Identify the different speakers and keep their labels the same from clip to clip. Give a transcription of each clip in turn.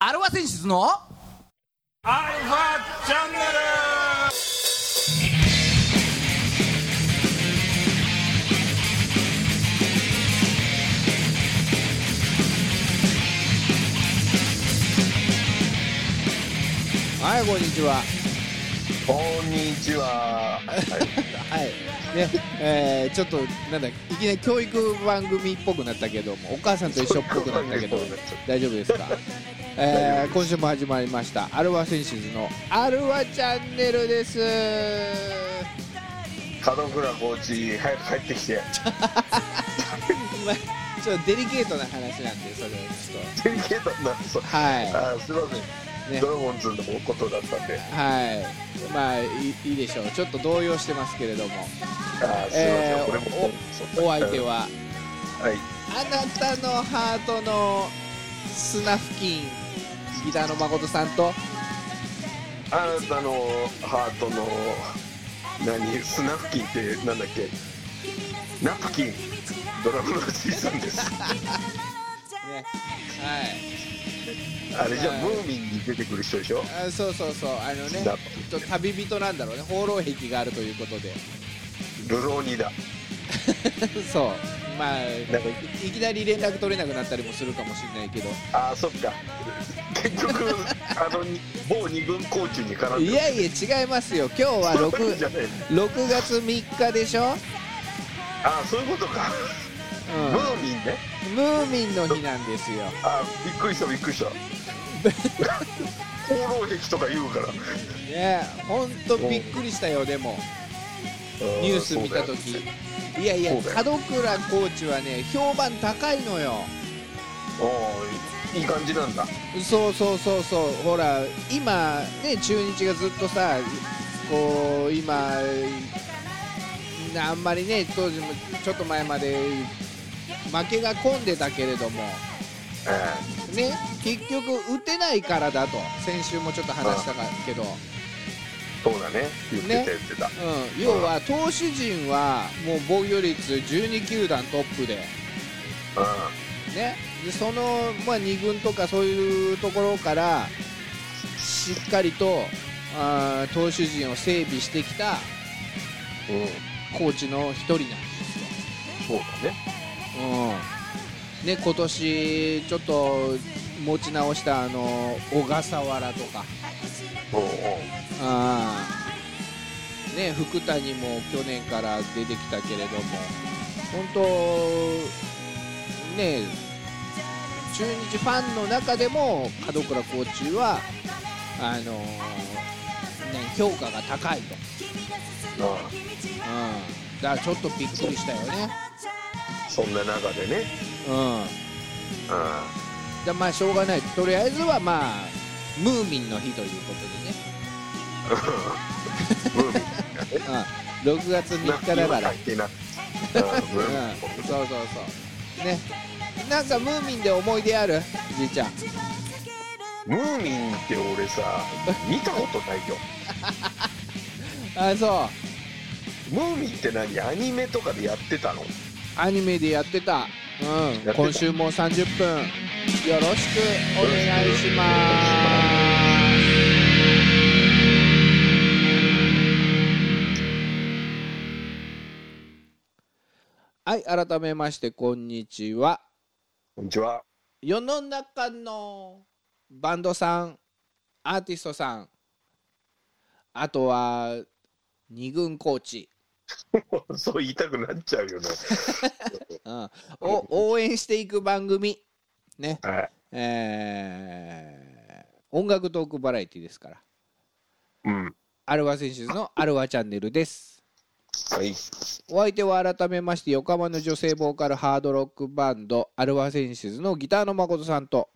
Speaker 1: アルファ選出の
Speaker 2: アルファチャンネル
Speaker 3: はい、こんにちは。
Speaker 4: こんにちは。はい、
Speaker 3: はい。ね、えー、ちょっと、なんだ、いきなり教育番組っぽくなったけども、お母さんと一緒っぽくなったけど
Speaker 4: そうですね、
Speaker 3: 大丈夫ですかえー、今週も始まりました、アルワ選手のアルワチャンネルです。
Speaker 4: 門倉コーチ、早く帰ってきて。
Speaker 3: 今、ちょっとデリケートな話なんで、それはちょっ
Speaker 4: デリケートになってそう。
Speaker 3: と。は
Speaker 4: あー、すいません。
Speaker 3: ね
Speaker 4: ドラゴンズのことだったんで。
Speaker 3: い。はい。まあ、いいいいでしょう。ちょっと動揺してますけれども、
Speaker 4: あー、すいませ
Speaker 3: え
Speaker 4: ん。これも。
Speaker 3: ー、おお相手。は、
Speaker 4: はい。
Speaker 3: あなたのハートの砂付近ギターの誠さんと
Speaker 4: あなたのハートの。何、スナフキンって、なんだっけ。ナプキン。ドラムのじいさん です。
Speaker 3: ね
Speaker 4: あれじゃ、ムーミンに出てくる人でしょ
Speaker 3: はいあそうそうそうあのね
Speaker 4: だ
Speaker 3: ちょっと旅人なんだろうね放浪癖があるということで
Speaker 4: ルローニだ。
Speaker 3: そうまあ
Speaker 4: なんか
Speaker 3: いいきなり連絡取れなくなったりもするかもしれないけど
Speaker 4: ああ、そっか。結局、 あの、某二軍コーチに絡んで
Speaker 3: いやいや違いますよ今日は
Speaker 4: じゃ
Speaker 3: 6,
Speaker 4: ねえ
Speaker 3: 6月3日でしょ、
Speaker 4: ああそういうことか、ムーミンね
Speaker 3: うん、ムーミンの日なんですよ
Speaker 4: ああびっくりしたびっく りした放浪壁とか言うから
Speaker 3: ね本当びっくりしたよでもニュース見た
Speaker 4: と
Speaker 3: と
Speaker 4: き
Speaker 3: き、いやいや、
Speaker 4: そうだよ
Speaker 3: 門倉コーチはね、評判高いのよ、
Speaker 4: いい感じなんだ
Speaker 3: そうそうそうそう、ほら、今、ね、中日がずっとさ、こう、今、あんまりね、当時もちょっと前まで負けが込んでたけれども、
Speaker 4: え
Speaker 3: ね、結局、打てないからだと、先週もちょっと話したかけど。
Speaker 4: えそうだね言って
Speaker 3: ね
Speaker 4: た言ってた、
Speaker 3: うん、要は投手陣はもう防御率12球団トップで、ね、でその、まあ、2軍とかそういうところからしっかりとあー投手陣を整備してきた
Speaker 4: うんうん
Speaker 3: コーチの一人なんです
Speaker 4: そうだね
Speaker 3: よ、うんね、今年ちょっと持ち直したあの小笠原とか
Speaker 4: おうおう
Speaker 3: あー、ね、福谷も去年から出てきたけれども本当ね中日ファンの中でも門倉コーチはあのーね、評価が高いと、
Speaker 4: あ
Speaker 3: うん、だからちょっとびっくりしたよね、
Speaker 4: あそんな中でね
Speaker 3: うん、
Speaker 4: あ
Speaker 3: だまあしょうがないとりあえずはまあムーミンの日ということ
Speaker 4: あム ーミン
Speaker 3: でね、うん、6月3日だから
Speaker 4: 今書いてなああムーミン
Speaker 3: うん、そうそうそうねなんかムーミンで思い出あるじいちゃん
Speaker 4: ムーミンって俺さ見たことないよ
Speaker 3: あそう
Speaker 4: ムーミンって何アニメとかでやってたの
Speaker 3: アニメでやってたうん
Speaker 4: てた
Speaker 3: 今週も30分よろしくお願いしますはい改めましてこんにちは
Speaker 4: こんにちは
Speaker 3: 世の中のバンドさんアーティストさんあとは二軍コーチ、
Speaker 4: そう言いたくなっちゃう よね。
Speaker 3: うん、を応援していく番組ね
Speaker 4: はい。
Speaker 3: えー音楽トークバラエティですから
Speaker 4: うん。
Speaker 3: アルワ選手のアルワチャンネルです
Speaker 4: はい。
Speaker 3: お相手は改めまして横浜の女性ボーカルハードロックバンドアルワセンシズのギターの誠さんと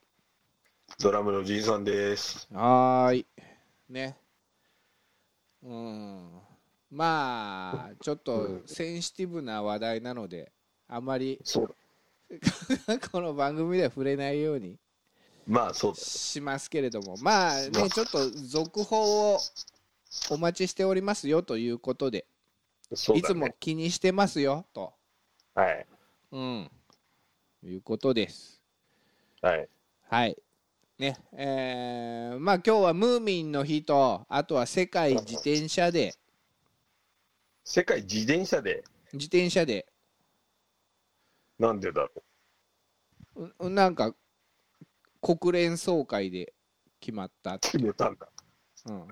Speaker 4: ドラムのじいさんです。
Speaker 3: はーい。ね。うん。まあ、ちょっとセンシティブな話題なので、あまり
Speaker 4: そう。
Speaker 3: この番組では触れないように
Speaker 4: まあそうだ。
Speaker 3: しますけれども、まあね、ちょっと続報をお待ちしておりますよということで、
Speaker 4: そう
Speaker 3: い
Speaker 4: だ、
Speaker 3: つ
Speaker 4: ね。
Speaker 3: も。気にしてますよと、
Speaker 4: はい。
Speaker 3: うん、いうことです。
Speaker 4: はい。
Speaker 3: はい。ねえーまあ今日はムーミンの日とあとは世界自転車で
Speaker 4: 世界自転車で
Speaker 3: 自転車で
Speaker 4: なんでだろ
Speaker 3: うなんか国連総会で決まったって
Speaker 4: う決めたんだ
Speaker 3: うん、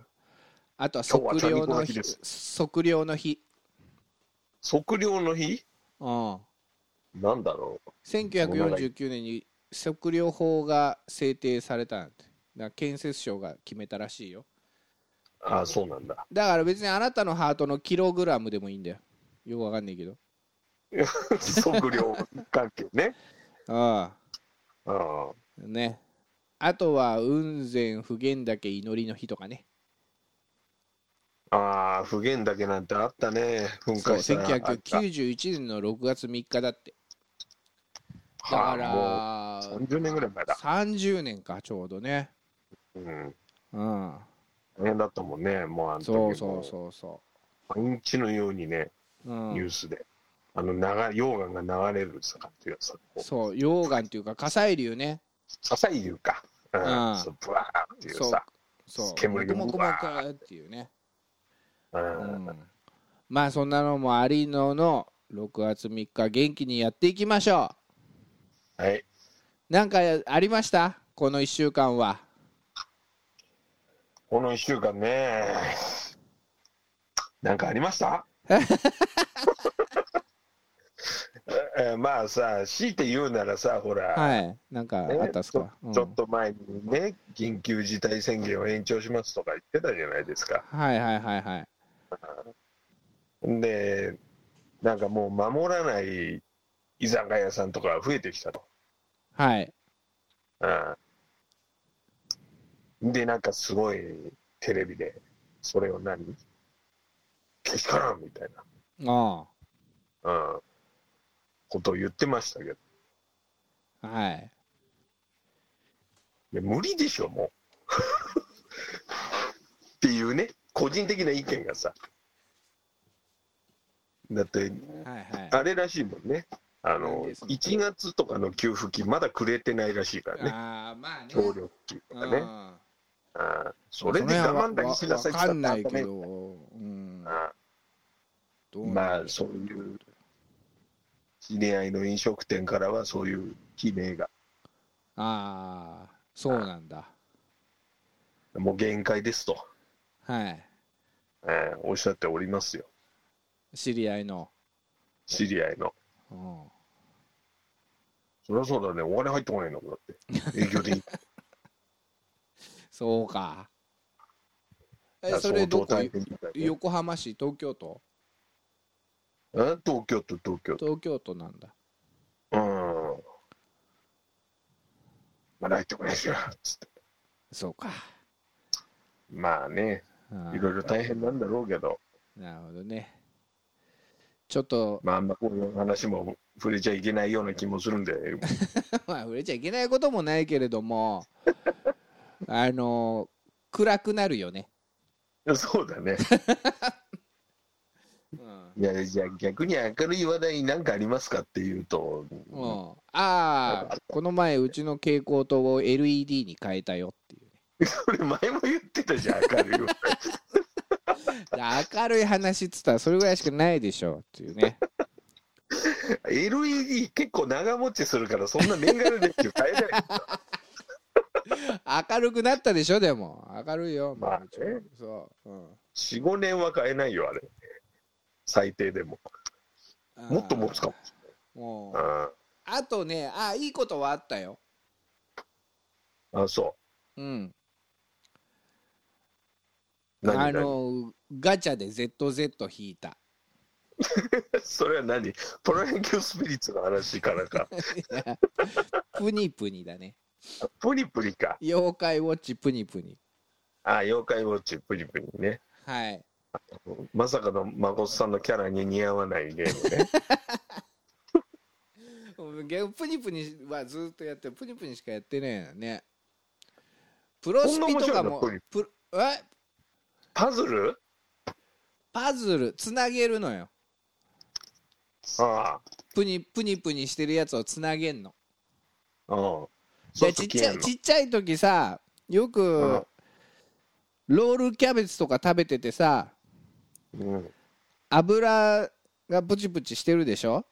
Speaker 3: あとは
Speaker 4: 今
Speaker 3: 測
Speaker 4: 日は
Speaker 3: 量の
Speaker 4: 谷子の日
Speaker 3: 日
Speaker 4: です
Speaker 3: 測量の日、
Speaker 4: 測量の日
Speaker 3: うん、
Speaker 4: なんだろう
Speaker 3: 1949年に測量法が制定されたなんてだから建設省が決めたらしいよ
Speaker 4: ああそうなんだ
Speaker 3: だから別にあなたのハートのキログラムでもいいんだよよくわかんないけど
Speaker 4: 測量関係ね
Speaker 3: ああ
Speaker 4: ああ
Speaker 3: ねあとは雲仙普賢岳祈りの日とかね
Speaker 4: ああ、不言だけなんてあったね、噴
Speaker 3: そう
Speaker 4: 火したらあった
Speaker 3: 1991年の6月3日だってだ
Speaker 4: は
Speaker 3: か
Speaker 4: あも
Speaker 3: ら
Speaker 4: う30年ぐらい前だ。
Speaker 3: 30年かちょうどね
Speaker 4: うん。
Speaker 3: うん
Speaker 4: 大変だったもんね、もうあの時
Speaker 3: そうそ
Speaker 4: も
Speaker 3: うそうそ
Speaker 4: 毎日のようにね、
Speaker 3: う、うん
Speaker 4: ニュースで、あの流れ溶岩が流れるさっていうさ、こう
Speaker 3: そう溶岩っていうか火砕流ね
Speaker 4: 火砕流か、う
Speaker 3: ああ
Speaker 4: ん、そうブワーっていうさ、
Speaker 3: そう
Speaker 4: 煙が
Speaker 3: もくもくもくっていうね、
Speaker 4: う、
Speaker 3: うんん、まあそんなのもありのの6月3日元気にやっていきましょ
Speaker 4: はい、
Speaker 3: うなんかありましたこの1週間は
Speaker 4: この1週間ね、なんかありました えーまあさ、強いて言うならさ、ほら、
Speaker 3: はいなんか
Speaker 4: ね
Speaker 3: あったっす
Speaker 4: ちょ
Speaker 3: か、うん
Speaker 4: ちょっと前にね、緊急事態宣言を延長しますとか言ってたじゃないですか。
Speaker 3: はいはいはいはい
Speaker 4: で、なんかもう守らない居酒屋さんとか増えてきたと。
Speaker 3: はい
Speaker 4: うん、で、なんかすごいテレビで、それを何けしからんみたい
Speaker 3: あ
Speaker 4: な、うん、ことを言ってましたけど、
Speaker 3: あはい
Speaker 4: いや無理でしょ、もう。 っていうね、個人的な意見がさ。だって、
Speaker 3: はいはい
Speaker 4: あれらしいもんね。あの、
Speaker 3: 何ですか
Speaker 4: 1月とかの給付金、まだくれてないらしいからね。
Speaker 3: ああまあね
Speaker 4: 協力金とか
Speaker 3: う
Speaker 4: ね。
Speaker 3: ん
Speaker 4: ああそれで我慢だけしなさい
Speaker 3: わ
Speaker 4: って
Speaker 3: か
Speaker 4: 言
Speaker 3: ん
Speaker 4: っ
Speaker 3: な
Speaker 4: たら
Speaker 3: い
Speaker 4: ダ
Speaker 3: け
Speaker 4: メ
Speaker 3: ど、うん、
Speaker 4: ああ
Speaker 3: どう
Speaker 4: ま
Speaker 3: な
Speaker 4: あ
Speaker 3: ん、でしょ
Speaker 4: そういう、知り合いの飲食店からはそういう悲鳴が、
Speaker 3: うああそうなんだ
Speaker 4: もう限界ですと、
Speaker 3: はい
Speaker 4: ええおっしゃっておりますよ。
Speaker 3: 知り合いの、
Speaker 4: 知り合いの。
Speaker 3: うん、
Speaker 4: そりゃそうだね、お金入ってこないんだもん、だって。営業でいい。
Speaker 3: そうかえ
Speaker 4: だか
Speaker 3: そ
Speaker 4: ら
Speaker 3: れ
Speaker 4: 相当
Speaker 3: どこ
Speaker 4: 大変みたいね
Speaker 3: 横浜市東京都
Speaker 4: うん東京と東京
Speaker 3: 東京都なんだ
Speaker 4: うん。まあ、入ってこないですよ。つって
Speaker 3: そうか
Speaker 4: まあね、
Speaker 3: ああ
Speaker 4: いろいろ大変なんだろうけど、
Speaker 3: なるほどねちょっと
Speaker 4: まあ、あんまこういう話も触れちゃいけないような気も するんで、
Speaker 3: まあ触れちゃいけないこともないけれど もあの暗くなるよね、
Speaker 4: そうだね。
Speaker 3: うん
Speaker 4: いや、じゃあ逆に明るい話題なんかありますかっていうと、
Speaker 3: うん、ああこの前うちの蛍光灯を LED に変えたよっていう
Speaker 4: それ前も言ってたじゃん、明るい話題。
Speaker 3: で明るい話っつったらそれぐらいしかないでしょうっていうね
Speaker 4: LED 結構長持ちするから、そんな年がら年中変えない。
Speaker 3: 明るくなったでしょでも明るいよ
Speaker 4: まあね
Speaker 3: そう、うん
Speaker 4: 4、5年は変えないよ、あれ。最低でも。もっと持つか
Speaker 3: も
Speaker 4: も。
Speaker 3: う
Speaker 4: あ
Speaker 3: あとねあいいことはあったよ
Speaker 4: あ、そ
Speaker 3: うん
Speaker 4: う。何
Speaker 3: あ
Speaker 4: 何
Speaker 3: のガチャで ZZ 引いた
Speaker 4: それは何プロ野球スピリッツの話からか。
Speaker 3: プニプニだね
Speaker 4: プニプニか。
Speaker 3: 妖怪ウォッチプニプニ
Speaker 4: ああ、妖怪ウォッチ、プニプニね。
Speaker 3: はい
Speaker 4: まさかの孫さんのキャラに似合わないゲームね。
Speaker 3: ゲームプニプニはずっとやってるプニプニしかやってねえよねプロスピとかも
Speaker 4: こんな面
Speaker 3: プロえ
Speaker 4: パズル
Speaker 3: パズルつなげるのよ
Speaker 4: あ
Speaker 3: プニプニプニしてるやつをつなげんの
Speaker 4: あ、うん。
Speaker 3: いやちっちゃいちっちゃい時さよく、
Speaker 4: うん
Speaker 3: ロールキャベツとか食べててさ
Speaker 4: うん、
Speaker 3: 油がプチプチしてるでしょ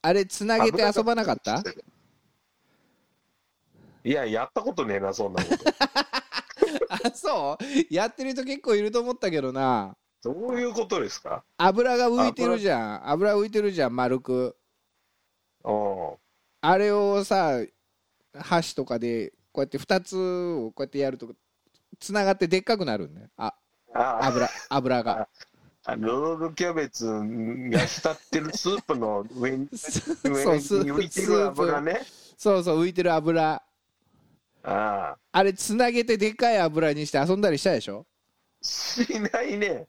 Speaker 3: あれつなげて遊ばなかった
Speaker 4: いややったことねえなそんなこと
Speaker 3: あそうやってる人結構いると思ったけどな
Speaker 4: どういうことですか
Speaker 3: 油が浮いてるじゃん油浮いてるじゃん丸く
Speaker 4: うん
Speaker 3: あれをさ箸とかでこうやって2つをこうやってやるとつながってでっかくなるんだよあ
Speaker 4: あ
Speaker 3: 油油が
Speaker 4: あロールキャベツが浸ってるスープの上に
Speaker 3: そう
Speaker 4: 上に
Speaker 3: スー
Speaker 4: 浮いてる油
Speaker 3: プ
Speaker 4: ね
Speaker 3: そうそう浮いてる油
Speaker 4: ああ
Speaker 3: あれつなげてでっかい油にして遊んだりしたでしょ
Speaker 4: しないね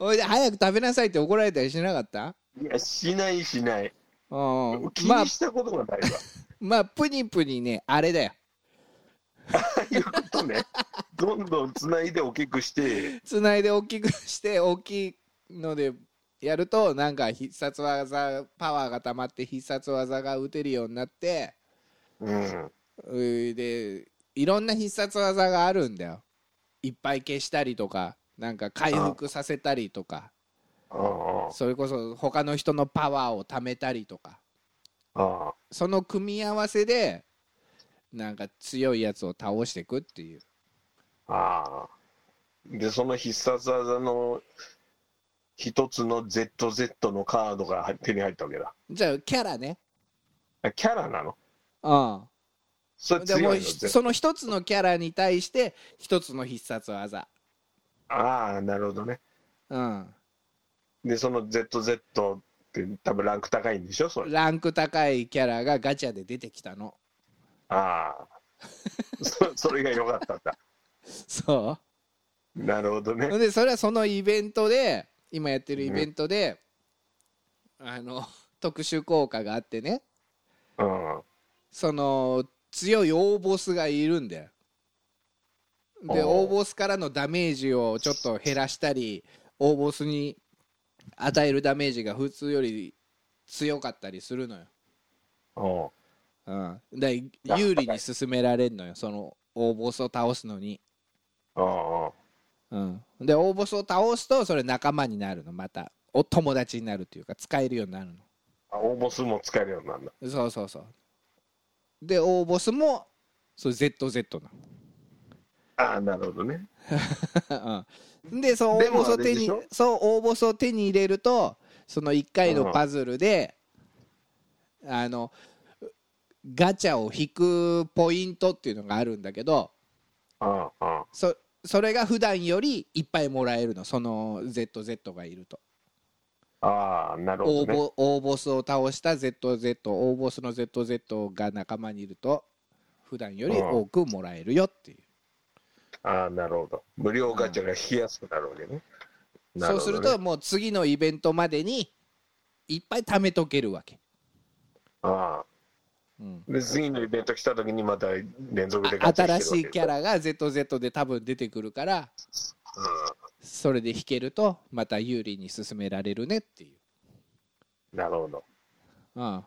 Speaker 3: おいで早く食べなさいって怒られたりしなかった
Speaker 4: いやしないしない
Speaker 3: うん
Speaker 4: 気
Speaker 3: まあ
Speaker 4: にしたことがないわ、
Speaker 3: まあプニプニねあれだよ
Speaker 4: いうことねどんどんつないで大きくして
Speaker 3: つないで大きくして大きいのでやるとなんか必殺技パワーが溜まって必殺技が打てるようになって
Speaker 4: うん
Speaker 3: うーでいろんな必殺技があるんだよいっぱい消したりとかなんか回復させたりとか
Speaker 4: あ
Speaker 3: それこそ他の人のパワーを貯めたりとか
Speaker 4: あああ
Speaker 3: その組み合わせでなんか強いやつを倒していくっていう
Speaker 4: ああでその必殺技の一つの ZZ のカードが手に入ったわけだ
Speaker 3: じゃあキャラね
Speaker 4: あキャラなの
Speaker 3: うん
Speaker 4: それ
Speaker 3: でも
Speaker 4: 強
Speaker 3: う
Speaker 4: いの
Speaker 3: ひ
Speaker 4: Z
Speaker 3: その一つのキャラに対して一つの必殺技
Speaker 4: ああなるほどね
Speaker 3: うん
Speaker 4: でその ZZ って多分ランク高いんでしょそれ
Speaker 3: ランク高いキャラがガチャで出てきたの
Speaker 4: ああ そそれが良かったんだ
Speaker 3: そ
Speaker 4: なるほど
Speaker 3: う
Speaker 4: ね
Speaker 3: でそれはそのイベントで今やってるイベントで、あの 特殊効果があってね
Speaker 4: うん
Speaker 3: その強い大ボスがいるんだよで
Speaker 4: おう
Speaker 3: 大ボスからのダメージをちょっと減らしたり大ボスに与えるダメージが普通より強かったりするのよ
Speaker 4: うん
Speaker 3: うん、だから有利に進められるのよその大ボスを倒すのに、
Speaker 4: うんうん
Speaker 3: うん、で大ボスを倒すとそれ仲間になるのまたお友達になるというか使えるようになる
Speaker 4: あ応募数も使えるようになるんだ
Speaker 3: のそうそうそうで大ボスもそう ZZ
Speaker 4: ああなるほどね
Speaker 3: なの、 うん、でそう
Speaker 4: で
Speaker 3: 大
Speaker 4: も
Speaker 3: ボスを手
Speaker 4: あれで
Speaker 3: に
Speaker 4: しょ
Speaker 3: そう大ボスを手に入れるとその1回のパズルで、あのガチャを引くポイントっていうのがあるんだけど、
Speaker 4: うんうんあ
Speaker 3: そそれが普段よりいっぱいもらえるのその ZZ がいると
Speaker 4: あなる
Speaker 3: 大
Speaker 4: ほどね
Speaker 3: ボ大ボスを倒した ZZ 大ボスの ZZ が仲間にいると普段より多くもらえるよっていう、
Speaker 4: ああなるほど無料ガチャが引きやすくなるわけねな
Speaker 3: そ
Speaker 4: る
Speaker 3: う
Speaker 4: ほ
Speaker 3: す
Speaker 4: ど
Speaker 3: る
Speaker 4: ね
Speaker 3: ともう次のイベントまでにいっぱい貯めとけるわけ、
Speaker 4: ああ
Speaker 3: うん
Speaker 4: で次のイベント来た時にまた連続でガチ
Speaker 3: 新
Speaker 4: ャ引けるわけ
Speaker 3: しいキャラが ZZ で多分出てくるからそれで引けるとまた有利に進められるねっていう
Speaker 4: うんなるほど
Speaker 3: うん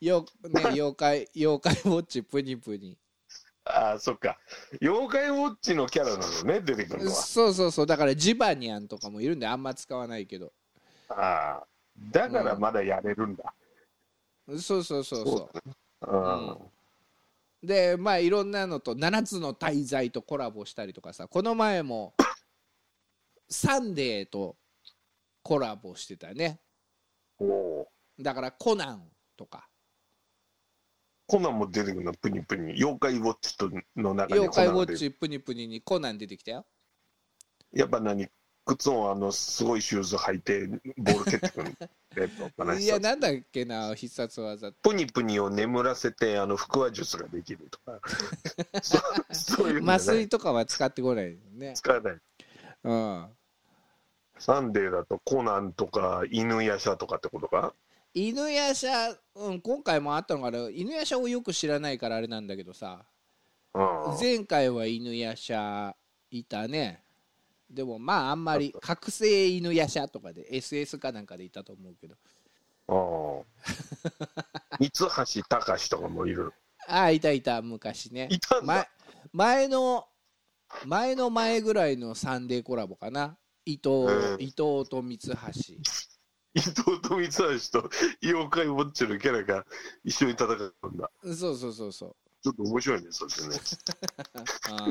Speaker 3: よ、ね、妖怪、妖怪ウォッチプニプニ。
Speaker 4: ああそっか妖怪ウォッチのキャラなのね出てくるのは
Speaker 3: そうそうそう、だからジバニャンとかもいるんで、あんま使わないけど。
Speaker 4: ああだからまだやれるんだ、
Speaker 3: そうそうそう
Speaker 4: そ
Speaker 3: そううん
Speaker 4: ん
Speaker 3: う。で、まあ、いろんなのと、7つの大罪とコラボしたりとかさ、この前も。サンデーと。コラボしてたね。
Speaker 4: おお
Speaker 3: だから、コナンとか。
Speaker 4: コナンも出てくるのプニプニ妖怪ウォッチとの中に
Speaker 3: 妖
Speaker 4: コ
Speaker 3: 怪ウ
Speaker 4: ナン
Speaker 3: ォ
Speaker 4: で
Speaker 3: ッチプニプニにコナン出てきたよ
Speaker 4: やっぱ何靴をあのすごいシューズ履いてボール蹴ってくる レッドバランス
Speaker 3: いやなんだっけな必殺技
Speaker 4: プニプニを眠らせてあの腹話術ができると かそそういうの
Speaker 3: 麻
Speaker 4: じゃない
Speaker 3: 酔とかは使ってこないよね
Speaker 4: 使わない
Speaker 3: うん
Speaker 4: サンデーだとコナンとか犬やしゃとかってことか
Speaker 3: 犬夜叉、うん、今回もあったのかな犬夜叉をよく知らないからあれなんだけどさ
Speaker 4: うん
Speaker 3: 前回は犬夜叉いたねでもまああんまり覚醒犬夜叉とかで SS かなんかでいたと思うけど
Speaker 4: ああ三橋隆とかもいる
Speaker 3: ああいたいた昔ね
Speaker 4: いたんだ
Speaker 3: 前前の前の前ぐらいのサンデーコラボかな伊藤、
Speaker 4: うん
Speaker 3: 伊藤と三橋
Speaker 4: 伊藤と三橋と妖怪ウォッチのキャラが一緒に戦うんだ
Speaker 3: そうそうそうそう
Speaker 4: ちょっと面白いねそ れね
Speaker 3: あ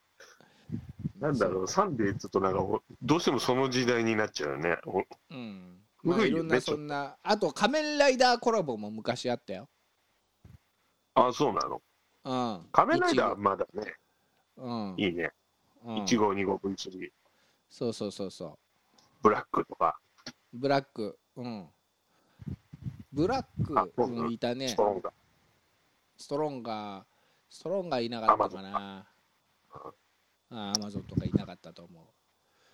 Speaker 3: あ
Speaker 4: なんだろうサンデーちょっとなんかおどうしてもその時代になっちゃうよねお
Speaker 3: うんまあ、
Speaker 4: 古
Speaker 3: い
Speaker 4: いよね
Speaker 3: ろんなそんなあと仮面ライダーコラボも昔あったよ、
Speaker 4: あそうなの
Speaker 3: うん、
Speaker 4: 仮面ライダーはまだね
Speaker 3: うん
Speaker 4: いいね
Speaker 3: うん
Speaker 4: 1号2号 V3
Speaker 3: そうそうそうそう
Speaker 4: ブラックとか
Speaker 3: ブラックうんブラ
Speaker 4: あ
Speaker 3: ック、
Speaker 4: そう
Speaker 3: う
Speaker 4: そ
Speaker 3: ん、いたね
Speaker 4: ストロンガ
Speaker 3: ストロンガーストロンガーいなかったか
Speaker 4: ア
Speaker 3: なあアマゾンとかいなかったと思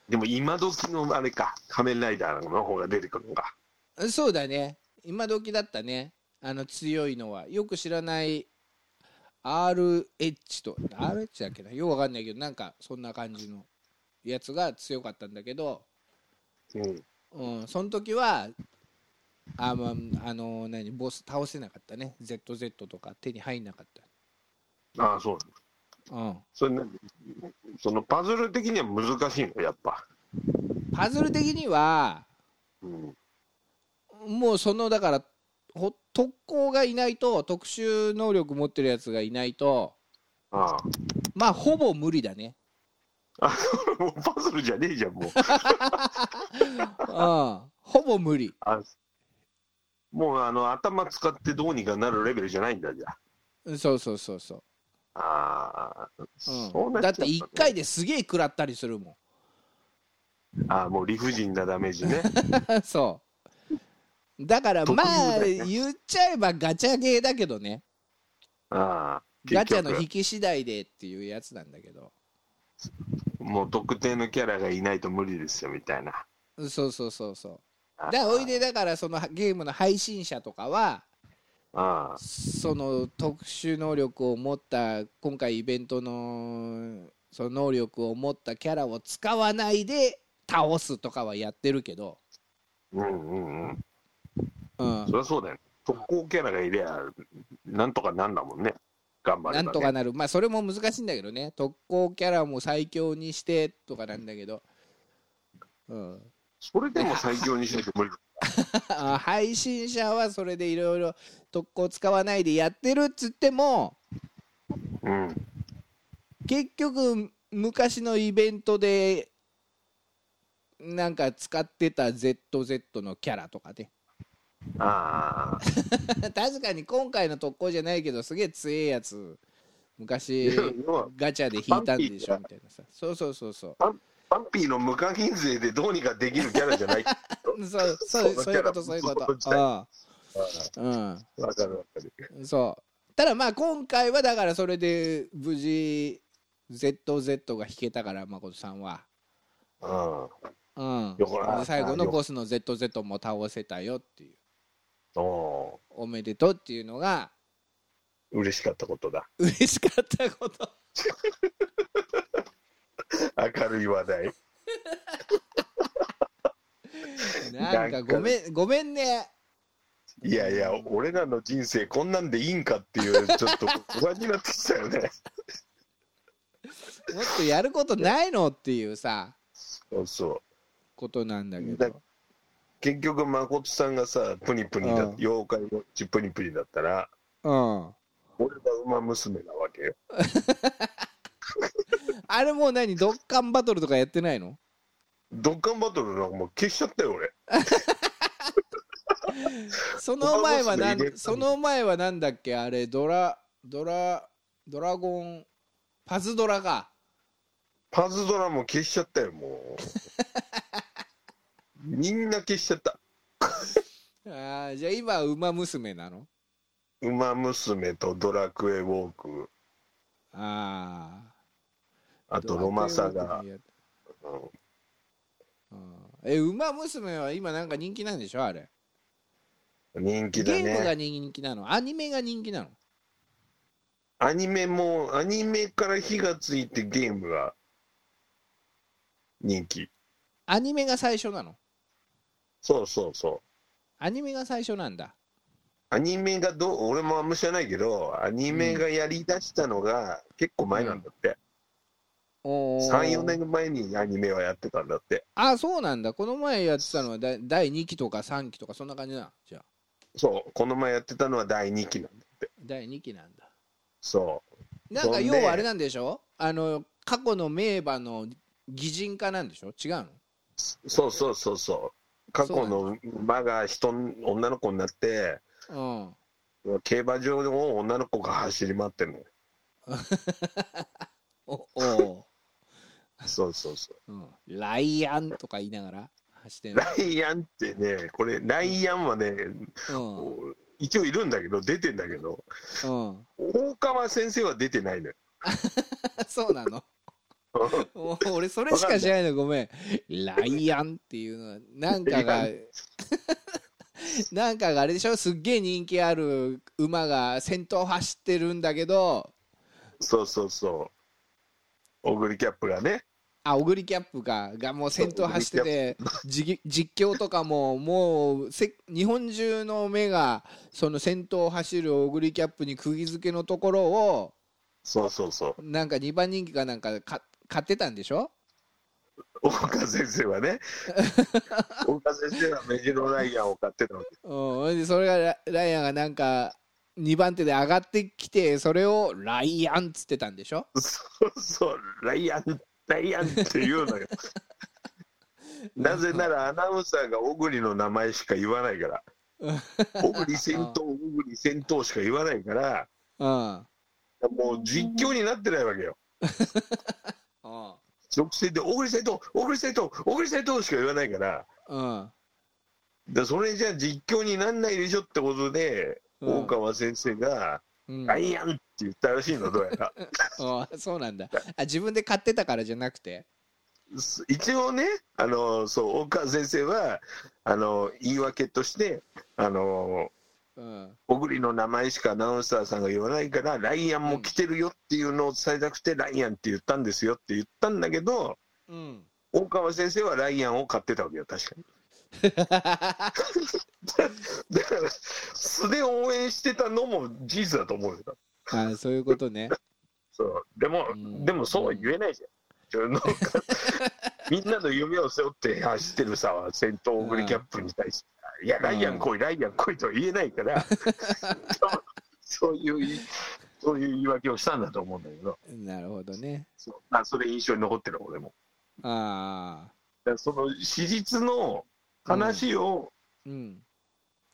Speaker 4: でも今時のあれか仮面ライダーの方が出てくるのか
Speaker 3: うそうだね今時だったねあの強いのはよく知らない RH と RH だっけなよくわかんないけどなんかそんな感じのやつが強かったんだけど
Speaker 4: うん
Speaker 3: うん、その時はあ、まあ、あの何ボス倒せなかったね ZZ とか手に入んなかっ
Speaker 4: ああそうな
Speaker 3: た、う
Speaker 4: の
Speaker 3: ん、
Speaker 4: それなそのパズル的には難しいのやっぱ、
Speaker 3: パズル的には
Speaker 4: うん、
Speaker 3: もうそのだからほ特攻がいないと特殊能力持ってるやつがいないと
Speaker 4: あ
Speaker 3: まあほぼ無理だね、
Speaker 4: あもうパズルじゃねえじゃんもう
Speaker 3: うん、ほぼ無理
Speaker 4: あもうあの頭使ってどうにかなるレベルじゃないんだじゃ
Speaker 3: そうそうそうそ
Speaker 4: ああ
Speaker 3: う,、
Speaker 4: そう
Speaker 3: う、
Speaker 4: なんち
Speaker 3: だ
Speaker 4: ゃう
Speaker 3: って1回ですげえ食らったりするもん
Speaker 4: ああもう理不尽なダメージね
Speaker 3: そうだからまあ
Speaker 4: 特有だよね
Speaker 3: 言っちゃえばガチャゲーだけどね
Speaker 4: ああ
Speaker 3: ガチャの
Speaker 4: 結
Speaker 3: 引き次第でっていうやつなんだけど
Speaker 4: 局もう特定のキャラがいないと無理ですよみたいな
Speaker 3: そうそうそうそう
Speaker 4: ああ
Speaker 3: だからおいでだからそのゲームの配信者とかは
Speaker 4: ああ
Speaker 3: その特殊能力を持った今回イベントのその能力を持ったキャラを使わないで倒すとかはやってるけど、
Speaker 4: うんうんうん
Speaker 3: うん
Speaker 4: そりゃそうだよ、ね、特攻キャラがいりゃなんとかなんだもんね頑張れ
Speaker 3: な
Speaker 4: ば、ね、
Speaker 3: んとかなるまあそれも難しいんだけどね特攻キャラも最強にしてとかなんだけど、うん、
Speaker 4: それでも最強にしないと無理
Speaker 3: あ配信者はそれでいろいろ特攻使わないでやってるっつっても
Speaker 4: うん
Speaker 3: 結局昔のイベントでなんか使ってた ZZ のキャラとかね
Speaker 4: あ
Speaker 3: 確かに今回の特攻じゃないけどすげえ強えやつ昔
Speaker 4: あ、
Speaker 3: ガチャで引いたんでしょみたいなさそうそうそうそう
Speaker 4: パンピーの無課金税でどうにかできるキャラじゃない。
Speaker 3: そうそうそういうこと
Speaker 4: そ
Speaker 3: そう
Speaker 4: の
Speaker 3: いう
Speaker 4: キャ
Speaker 3: こ
Speaker 4: ラ
Speaker 3: とうん、うん
Speaker 4: わかるわかる。
Speaker 3: そうただまあ今回はだからそれで無事 ZZ が弾けたから誠さんは、
Speaker 4: う
Speaker 3: う
Speaker 4: ん。
Speaker 3: ん
Speaker 4: よかっ、た
Speaker 3: 最後のボスの ZZ も倒せたよっていう
Speaker 4: お
Speaker 3: おめでとうっていうのが
Speaker 4: ー嬉しかったことだ。
Speaker 3: 嬉しかった こと
Speaker 4: 明るい話題。
Speaker 3: なんかごめんごめんね
Speaker 4: いやいや、俺らの人生こんなんでいいんかっていう、ちょっと不安になってきたよね。
Speaker 3: もっとやることないのっていうさ
Speaker 4: そうそう。
Speaker 3: ことなんだけ
Speaker 4: だ
Speaker 3: ど
Speaker 4: 結局、誠さんがさ、プニプニだ
Speaker 3: う、ん
Speaker 4: 妖怪のちプニプニだったら、
Speaker 3: うん
Speaker 4: 俺が馬娘なわけよ。
Speaker 3: あれもう何ドッカンバトルとかやってないの
Speaker 4: ドッカンバトルなんかもう消しちゃったよ、俺。
Speaker 3: その前はな
Speaker 4: 馬娘入れた
Speaker 3: ん
Speaker 4: の
Speaker 3: その前はなんだっけあれドラドラドラゴンパズドラか
Speaker 4: パズドラも消しちゃった よもうみんな消しちゃった
Speaker 3: あーじゃあ今は馬娘なの
Speaker 4: 「ウマ娘」と「ドラクエウォーク
Speaker 3: あ」あ
Speaker 4: あと「ロマサガ」うん
Speaker 3: え馬娘は今なんか人気なんでしょあれ
Speaker 4: 人気
Speaker 3: ゲ
Speaker 4: だ
Speaker 3: ームが
Speaker 4: ね
Speaker 3: 人気なのアニメが人気なの
Speaker 4: アニメもアニメから火がついてゲームが人気
Speaker 3: アニメが最初なの
Speaker 4: そうそうそう
Speaker 3: アニメが最初なんだ
Speaker 4: アニメがどう俺もあんま知らないけどアニメがやりだしたのが結構前なんだって、
Speaker 3: おー
Speaker 4: 34年前にアニメはやってたんだって
Speaker 3: あそうなんだこの前やってたのはだ第2期とか3期とかそんな感じなのじゃあ
Speaker 4: そうこの前やってたのは第2期なんだって
Speaker 3: 第2期なんだ
Speaker 4: そ
Speaker 3: なんか
Speaker 4: そん
Speaker 3: 要
Speaker 4: で
Speaker 3: はあれなんでしょあの過去の名馬の擬人化なんでしょ違うの
Speaker 4: うそうそうそうそう過去の馬が人女の子になって
Speaker 3: うん
Speaker 4: 競馬場を女の子が走り回ってるの
Speaker 3: おお
Speaker 4: そうそうそう
Speaker 3: ー、うん、ライアンとか言いながら走ってんの
Speaker 4: ライアンってねこれライアンはね一応いるんだけど出てんだけど
Speaker 3: うん、うん、
Speaker 4: 大川先生は出てないのよ
Speaker 3: そうなのお俺それしか知らないのごめんライアンっていうのはなんかが
Speaker 4: ラ
Speaker 3: なんかがあれでしょすっげえ人気ある馬が先頭走ってるんだけど
Speaker 4: そうそうそう。オグリキャップがね。
Speaker 3: あオグリキャップかがもう先頭走っててじ実況とかももうせ日本中の目がその先頭を走るオグリキャップに釘付けのところを
Speaker 4: そうそうそう。
Speaker 3: なんか2番人気かなんかか買ってたんでしょ
Speaker 4: 大川先生 はね。大川先生はメジロライアンを買ってたわけ。
Speaker 3: うん、それでそれがラライアンがなんか2番手で上がってきてそれをライアンっつってたんでしょ
Speaker 4: そうそう。ライアン、ライアンって言うの よ。なぜならアナウンサーが小栗の名前しか言わないから小栗先頭小栗先頭しか言わないから
Speaker 3: うん
Speaker 4: もう実況になってないわけよ
Speaker 3: うん
Speaker 4: 直線で小栗先頭小栗先頭小栗先頭しか言わないから
Speaker 3: うん
Speaker 4: だそれじゃ実況になんないでしょってことで、
Speaker 3: うん
Speaker 4: 大川先生が
Speaker 3: う
Speaker 4: 「
Speaker 3: ん
Speaker 4: ライアン!」って言ったらしいのどうやら
Speaker 3: うんそうなんだあ自分で買ってたからじゃなくて
Speaker 4: す一応ねあのそう大川先生はあの言い訳としてあの
Speaker 3: うん
Speaker 4: 小栗の名前しかアナウンサーさんが言わないから「ライアンも来てるよ」っていうのを伝えたくて「ライアン」って言ったんですよって言ったんだけど
Speaker 3: うん
Speaker 4: 大川先生はライアンを買ってたわけよ確かにだから素で応援してたのも事実だと思うよ
Speaker 3: あそういうことね
Speaker 4: そうでも、
Speaker 3: うん
Speaker 4: でもそうは言えないじゃ ん、自分のみんなの夢を背負って走ってるさ先頭オグリキャップに対して、いやライアン来いライアン来いとは言えないから そういう言いそういう言い訳をしたんだと思うんだけど
Speaker 3: なるほどね
Speaker 4: そうまあそれ印象に残ってる俺も
Speaker 3: ああ
Speaker 4: だからその史実の話を
Speaker 3: うん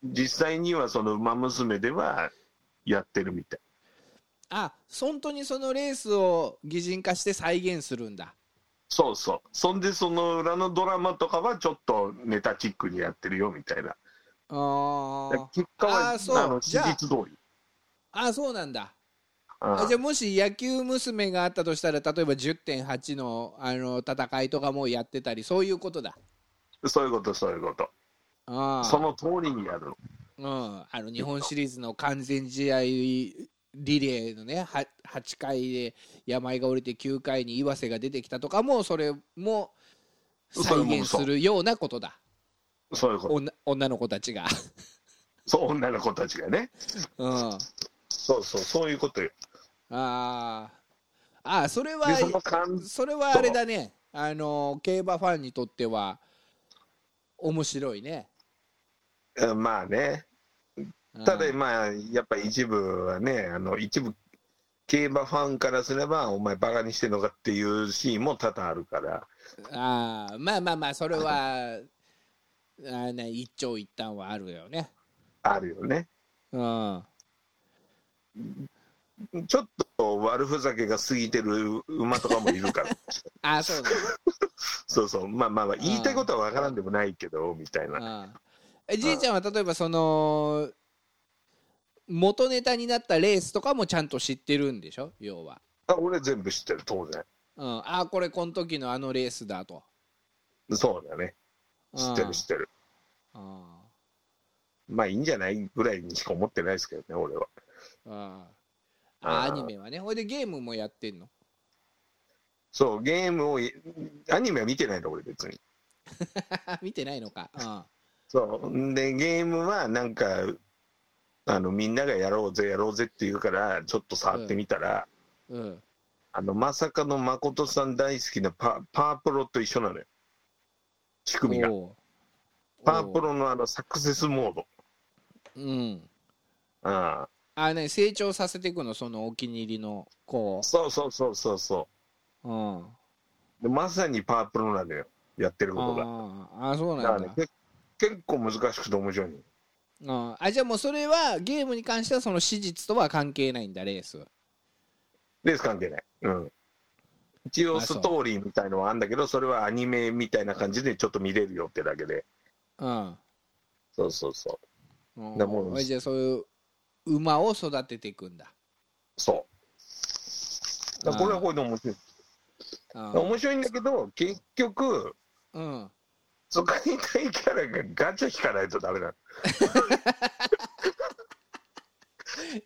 Speaker 4: 実際にはその「ウマ娘」ではやってるみたい
Speaker 3: あ本当にそのレースを擬人化して再現するんだ
Speaker 4: そうそうそんでその裏のドラマとかはちょっとネタチックにやってるよみたいな
Speaker 3: あー
Speaker 4: 結果は
Speaker 3: あ
Speaker 4: あ
Speaker 3: ーそう
Speaker 4: の
Speaker 3: じ
Speaker 4: 史
Speaker 3: ゃあ
Speaker 4: 実通り
Speaker 3: あそうなんだ
Speaker 4: あ
Speaker 3: あじゃあもし野球娘があったとしたら例えば10.8のあの戦いとかもやってたりそういうことだ
Speaker 4: そういうことそういうこと
Speaker 3: あー
Speaker 4: その通りにやるの
Speaker 3: うん、あの日本シリーズの完全試合リレーのねは 8, 回で山井が降りて9回に岩瀬が出てきたとかもそれも再現するようなことだ
Speaker 4: そういうこと
Speaker 3: 女女の子たちが、
Speaker 4: そう女の子たちがね
Speaker 3: うん、あ
Speaker 4: そうそうそういうことよ
Speaker 3: ーあーそれは
Speaker 4: でその感
Speaker 3: それはあれだねあの競馬ファンにとっては面白いね
Speaker 4: うんまあねただ
Speaker 3: うん
Speaker 4: まあやっぱ一部はねあの一部競馬ファンからすればお前バカにしてんのかっていうシーンも多々あるから
Speaker 3: あーまあまあまあそれはあーね一長一短はあるよね
Speaker 4: あるよね
Speaker 3: うん
Speaker 4: ちょっと悪ふざけが過ぎてる馬とかもい るから
Speaker 3: あーそうなんだ
Speaker 4: そうそうまあまあまあ言いたいことは分からんでもないけどみたいな
Speaker 3: うんえじいちゃんは例えばその元ネタになったレースとかもちゃんと知ってるんでしょ要は、
Speaker 4: あ俺全部知ってる当然
Speaker 3: うん、ああこれこの時のあのレースだと
Speaker 4: そうだね知って
Speaker 3: う
Speaker 4: る
Speaker 3: ん
Speaker 4: 知ってる
Speaker 3: うん
Speaker 4: まあいいんじゃないぐらいにしか思ってないですけどね俺は
Speaker 3: うんあ
Speaker 4: あ
Speaker 3: ア
Speaker 4: ー
Speaker 3: ニメはねほいでゲームもやってんの
Speaker 4: そう、ゲームを、アニメは見てないの、俺別に。
Speaker 3: 見てないのか。うん
Speaker 4: そう。んで、ゲームはなんか、あの、みんながやろうぜ、やろうぜって言うから、ちょっと触ってみたら、
Speaker 3: うん、
Speaker 4: あの、まさかの誠さん大好きなパパープロと一緒なのよ。仕組みが。
Speaker 3: おう
Speaker 4: パープロのあの、サクセスモード。
Speaker 3: おううん
Speaker 4: ああ
Speaker 3: あね成長させていくのそのお気に入りの子を
Speaker 4: そうそうそうそうそ
Speaker 3: うんあ
Speaker 4: う。でまさにパープロなのよ。やってることが。
Speaker 3: ーあーそう
Speaker 4: だか
Speaker 3: な
Speaker 4: ら
Speaker 3: ん
Speaker 4: ね
Speaker 3: だ、
Speaker 4: け結構難しくて面白いのよ
Speaker 3: うん、あじゃあもうそれはゲームに関してはその史実とは関係ないんだレース
Speaker 4: レース関係ない。うん。一応
Speaker 3: あそう
Speaker 4: ストーリーみたいのはあるんだけど、それはアニメみたいな感じでちょっと見れるよってだけで。
Speaker 3: うん
Speaker 4: そうそうそう。
Speaker 3: うん
Speaker 4: だもう
Speaker 3: じゃあそういう馬を育てていくんだ
Speaker 4: そう。だからこれはこれで面白い。
Speaker 3: うん
Speaker 4: 面白いんだけど、結局、
Speaker 3: うん
Speaker 4: 使いたいキャラがガチャ引かないとダメなの。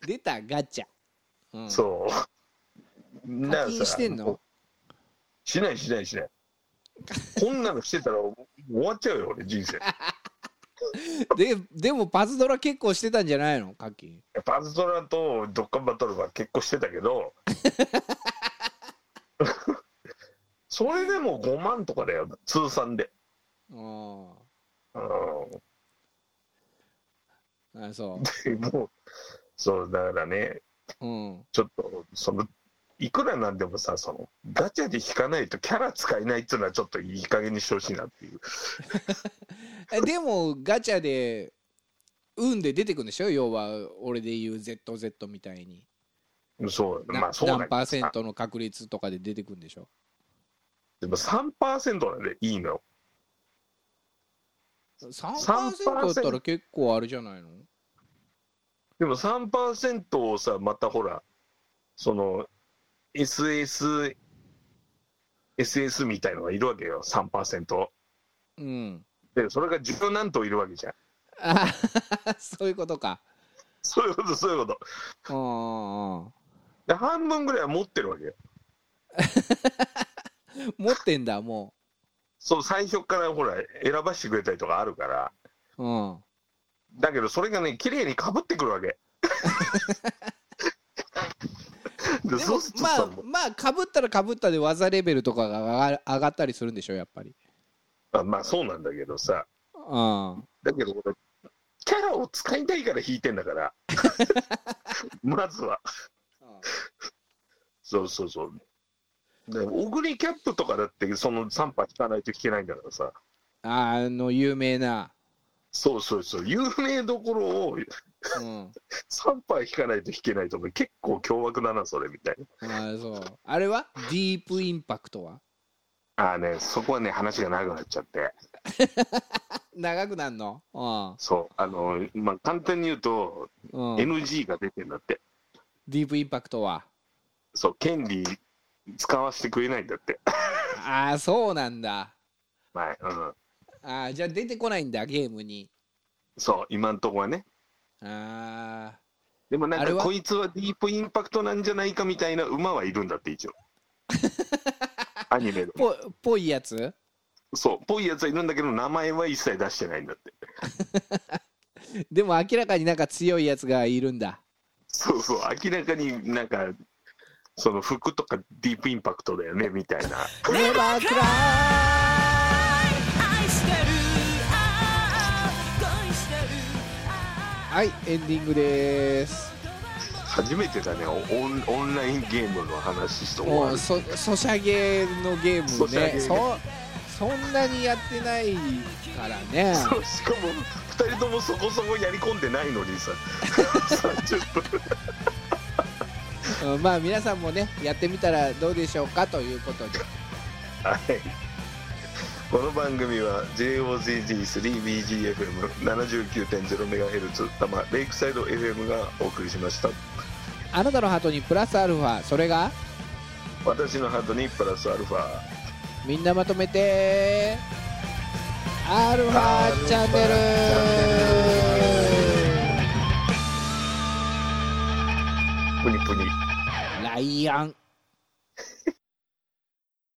Speaker 3: 出たガチャ、うん、
Speaker 4: そう。
Speaker 3: 課金してん
Speaker 4: だから
Speaker 3: の
Speaker 4: さしないしないしない。こんなのしてたら終わっちゃうよ、俺、人生。
Speaker 3: ででもパズドラ結構してたんじゃないの課金
Speaker 4: パズドラとドッカンバトルは結構してたけど、それでも5万とかだよ、通算で。
Speaker 3: うんあ
Speaker 4: うん
Speaker 3: そ
Speaker 4: でもう、そう、だからね、
Speaker 3: ううん
Speaker 4: ちょっと、その、いくらなんでもさ、その、ガチャで引かないとキャラ使えないっていうのはちょっといい加減にしてほしいなっていう。
Speaker 3: えでもガチャで運で出てくんでしょ要は俺で言う ZZ みたいに、
Speaker 4: そう、
Speaker 3: な
Speaker 4: まあそうなん
Speaker 3: 何パーセントの確率とかで出てくんでしょ
Speaker 4: でも3%なんでいいのよ。
Speaker 3: 3%だったら結構あれじゃないの
Speaker 4: でも3%をさ、またほら、その、SS、SS みたいのがいるわけよ、3%。
Speaker 3: うん
Speaker 4: で、それが十何頭いるわけじゃん。
Speaker 3: あそういうことか
Speaker 4: そういうこと、そういうこと。
Speaker 3: うんうんうん
Speaker 4: で、半分ぐらいは持ってるわけよ。
Speaker 3: 持ってんだも
Speaker 4: そう、最初からほら、選ばしてくれたりとかあるから。
Speaker 3: ううん
Speaker 4: だけどそれがね綺麗にかぶってくるわけで
Speaker 3: で
Speaker 4: そ
Speaker 3: も
Speaker 4: うすると
Speaker 3: ま
Speaker 4: さ、
Speaker 3: あまあかぶったらかぶったで技レベルとかが上が上がったりするんでしょやっぱり
Speaker 4: まあ、まあそうなんだけどさ
Speaker 3: うん
Speaker 4: だけどこれキャラを使いたいから引いてんだから まずはそうそうそうでオグリキャップとかだってその3波引かないと引けないんだからさ
Speaker 3: あの有名な
Speaker 4: そうそうそう有名どころを
Speaker 3: うん
Speaker 4: 3波引かないと引けないとか結構凶悪だなそれみたいな
Speaker 3: ああそうあれはディープインパクトは
Speaker 4: ああねそこはね話が長くなっちゃって
Speaker 3: 長くなんのう
Speaker 4: そうあのまあ簡単に言うと
Speaker 3: ん、うん、
Speaker 4: NG が出てんだって、
Speaker 3: ディープインパクトは
Speaker 4: そう、権利使わせてくれないんだって、
Speaker 3: ああそうなんだ
Speaker 4: はいうん、
Speaker 3: ああじゃあ出てこないんだゲームに
Speaker 4: そう、今んとこはね、
Speaker 3: あ
Speaker 4: でもな
Speaker 3: あれ
Speaker 4: ん
Speaker 3: は
Speaker 4: か、こいつはディープインパクトなんじゃないかみたいな馬はいるんだって、 一応、アニメの
Speaker 3: あ、ぽぽいやつ
Speaker 4: そう、ぽいやつはいるんだけど、名前は一切出してないんだって、
Speaker 3: でも明らかになんか強いやつがいるんだ
Speaker 4: そうそう、明らかになんか、その服とかディープインパクトだよねみたいな、
Speaker 3: ネバークラ
Speaker 1: 愛してるああ恋してる
Speaker 3: イ
Speaker 1: あ
Speaker 3: はいエンディングです
Speaker 4: 初めてだね、オンオンラインゲームの話して終わ
Speaker 3: も
Speaker 4: る
Speaker 3: う。そソシャゲのゲー
Speaker 4: ソ
Speaker 3: ム
Speaker 4: シャ
Speaker 3: ね
Speaker 4: ゲ
Speaker 3: そそんなにやってないからね
Speaker 4: そうしかも2人ともそこそこやり込んでないのにさ30分
Speaker 3: うんまあ皆さんもねやってみたらどうでしょうかということで
Speaker 4: はいこの番組は JOZZ3BGFM79.0MHz 多摩レイクサイド FM がお送りしました
Speaker 3: あなたのハートにプラスアルファそれが
Speaker 4: 私のハートにプラスアルファ
Speaker 3: みんなまとめてアルファチャンネル
Speaker 4: プニプニ
Speaker 3: ライアン